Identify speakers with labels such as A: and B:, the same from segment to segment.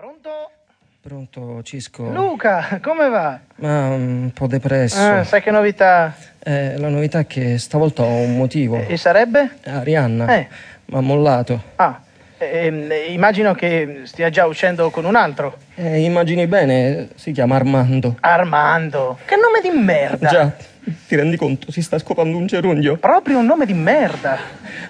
A: Pronto?
B: Pronto, Cisco?
A: Luca, come va?
B: Ma mm, un po' depresso.
A: Ah, sai che novità?
B: Eh, la novità è che stavolta ho un motivo.
A: E sarebbe?
B: Arianna
A: Eh.
B: mi ha mollato.
A: Ah, ehm, immagino che stia già uscendo con un altro.
B: Eh, immagini bene, si chiama Armando.
A: Armando. Che nome di merda!
B: Già, ti rendi conto, si sta scopando un gerundio.
A: Proprio un nome di merda.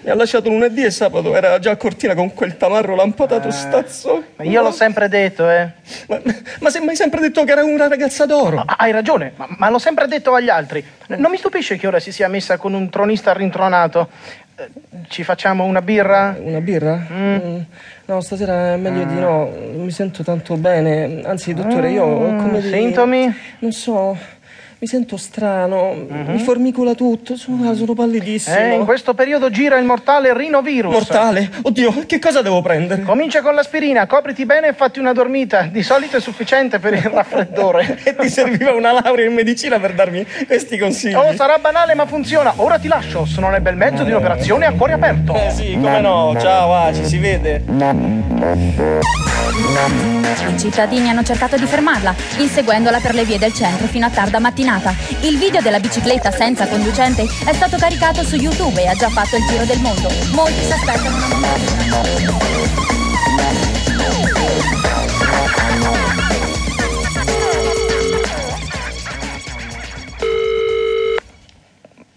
B: Mi ha lasciato lunedì e sabato, era già a cortina con quel tamarro lampadato stazzo.
A: Eh. Ma Io l'ho sempre detto, eh.
B: Ma, ma se mi hai sempre detto che era una ragazza d'oro.
A: Ah, Hai ragione, ma, ma l'ho sempre detto agli altri. N- Non mi stupisce che ora si sia messa con un tronista rintronato. Eh, Ci facciamo una birra?
B: Una birra? Mm, No, stasera è meglio di no. Mi sento tanto bene. Anzi, dottore, io ho come dei-
A: sintomi?
B: Non so, mi sento strano. Mi formicola tutto. Sono, sono pallidissimo.
A: Eh, in questo periodo gira il mortale rinovirus.
B: Mortale. Oddio, che cosa devo prendere?
A: Comincia con l'aspirina, copriti bene e fatti una dormita. Di solito è sufficiente per il raffreddore.
B: e ti serviva una laurea in medicina per darmi questi consigli.
A: Oh, sarà banale ma funziona. Ora ti lascio, sono nel bel mezzo di un'operazione a cuore aperto.
B: Eh sì, come no. Ciao, ah, ci si vede.
C: I cittadini hanno cercato di fermarla, inseguendola per le vie del centro fino a tarda mattinata. Il video della bicicletta senza conducente è stato caricato su YouTube e ha già fatto il giro del mondo. Molti si aspettano una montagna.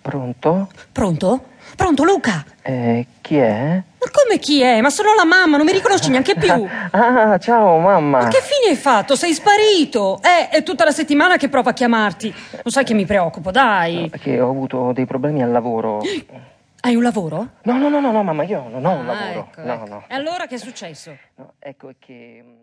A: Pronto?
D: Pronto? Pronto Luca?
A: Eh, chi è?
D: Ma come chi è? Ma sono la mamma, non mi riconosci neanche più. Ma
A: Ah, ciao mamma.
D: che fine hai fatto? Sei sparito. Eh, è tutta la settimana che provo a chiamarti. Non sai che mi preoccupo, dai.
A: Perché ho avuto dei problemi al lavoro.
D: Hai un lavoro?
A: No, no, no, no, no mamma, io non ho un
D: Ah,
A: lavoro.
D: ecco,
A: no,
D: ecco.
A: no,
D: E allora che è successo?
A: no. Ecco è che...